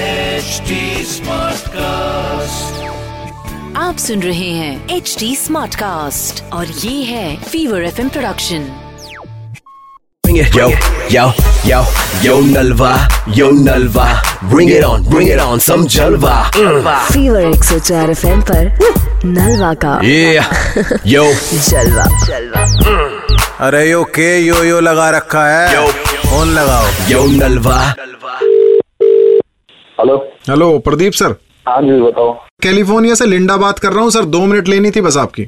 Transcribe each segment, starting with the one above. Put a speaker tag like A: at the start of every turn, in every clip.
A: HD Smartcast.
B: आप सुन रहे हैं एच डी स्मार्ट कास्ट और ये है Fever F production
C: Bring it. Yo, yo, yo, yo, Nalva, yo, Nalva. Bring it on, bring it on, some Jalva. Mm.
B: Fever एक सौ चार एफ एम नलवा का
C: Yeah, yo,
B: जलवा जलवा
D: अरे यो के यो यो लगा रखा है
C: Yo.
D: फोन लगाओ
C: yo, Nalva.
E: Hello
D: hello Pradeep sir
E: हाँ जी बताओ
D: कैलिफोर्निया से लिंडा बात कर रहा हूँ सर दो मिनट लेनी थी बस आपकी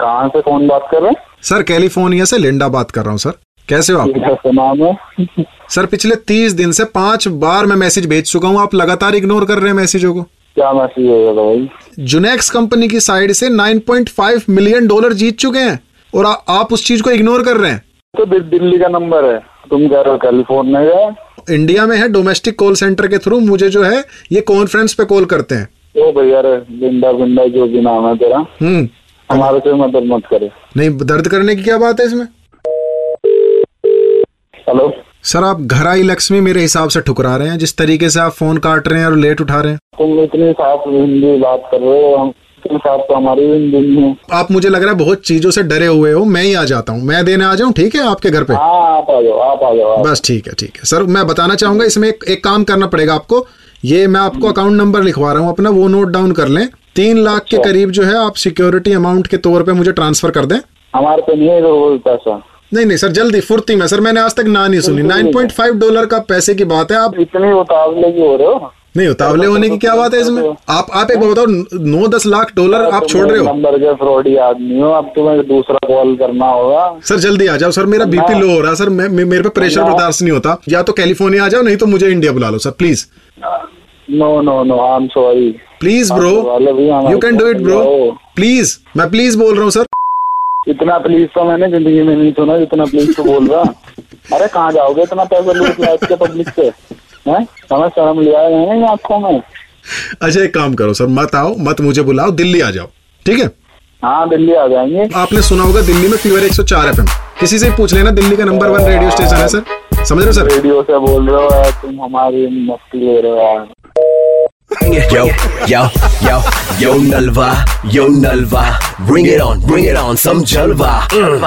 E: कहाँ से कौन बात कर रहे हैं
D: सर कैलिफोर्निया से लिंडा बात कर रहा हूँ सर कैसे हो आप
E: ये घर का नाम है
D: सर पिछले तीस दिन से पांच बार मैं मैसेज भेज चुका हूँ आप लगातार इग्नोर कर रहे हैं मैसेजों को
E: क्या मैसेज होगा था भाई
D: जुनेक्स कंपनी की साइड से 9.5 मिलियन डॉलर जीत चुके हैं और आ, आप उस चीज को इग्नोर कर रहे हैं
E: तो दि- दिल्ली का नंबर है तुम कह रहे हो कैलिफोर्निया का है?
D: इंडिया में है डोमेस्टिक कॉल सेंटर के थ्रू मुझे जो है ये कॉन्फ्रेंस पे कॉल करते हैं
E: ओ भैया रे बिंदा बिंदा जो भी नाम है तेरा
D: हम्म
E: हमारे से मदद मत करे
D: नहीं दर्द करने की क्या बात है इसमें
E: हेलो
D: सर आप घर आई लक्ष्मी मेरे हिसाब से ठुकरा रहे हैं जिस तरीके से आप फोन काट रहे हैं और लेट उठा रहे हैं
E: तुम इतनी साफ हिंदी बात कर रहे हो हम इतनी साफ तो हमारी भी हिंदी नहीं है
D: आप मुझे लग रहा है बहुत चीजों से डरे हुए हो मैं ही आ जाता हूँ मैं देने आ जाऊँ ठीक है आपके घर पे
E: हाँ आप आ जाओ आप आ जाओ आप
D: बस ठीक है ठीक है सर मैं बताना चाहूंगा इसमें एक, एक काम करना पड़ेगा आपको ये मैं आपको अकाउंट नंबर लिखवा रहा हूँ अपना वो नोट डाउन कर लें तीन लाख के करीब जो है आप सिक्योरिटी अमाउंट के तौर पे मुझे ट्रांसफर कर दें
E: हमारे पे नहीं है रोज पैसा
D: नहीं नहीं सर जल्दी फुर्ती में सर मैंने आज तक ना नहीं सुनी 9.5 डॉलर का पैसे की बात है आप
E: इतनी उतावले की हो रहे हो
D: नहीं उतावले होने की क्या बात है इसमें आप आप एक बात बताओ न- नौ दस लाख डॉलर आप
E: तुम
D: छोड़ रहे
E: एक
D: हो
E: नंबर के फ्रॉडी आदमी हो अब तुम्हें दूसरा कॉल करना होगा
D: सर जल्दी आ जाओ सर मेरा बीपी लो हो रहा है सर मैं मे- मेरे पे प्रेशर बर्दाश्त नहीं होता या तो कैलिफोर्निया आ जाओ नहीं तो मुझे इंडिया बुला लो sir please
E: no no no I am sorry
D: please bro
E: तो वाले भी हमारे
D: you can do it bro
E: जाओ।
D: प्लीज मैं प्लीज बोल रहा हूँ सर
E: इतना प्लीज तो मैंने जिंदगी में नहीं सुना जितना प्लीज तो बोल रहा अरे कहाँ जाओगे इतना पैसा लूट लाइफ के पब्लिक से हैं हमें शर्म लिया है नहीं आपको में
D: अच्छा एक काम करो सर मत आओ मत मुझे बुलाओ दिल्ली आ जाओ ठीक है
E: हाँ दिल्ली आ जाएंगे
D: आपने सुना होगा दिल्ली में फीवर 104 एफएम किसी से पूछ लेना दिल्ली का नंबर वन रेडियो स्टेशन है सर समझ रहे हो सर
E: रेडियो से बोल रहे हो यार तुम हमारी मस्ती ले रहे हो यार
C: Bring it. Yo, yo, yo, yo, Nalva, yo, Nalva. Bring it on, bring it on, some Jalva. Mm.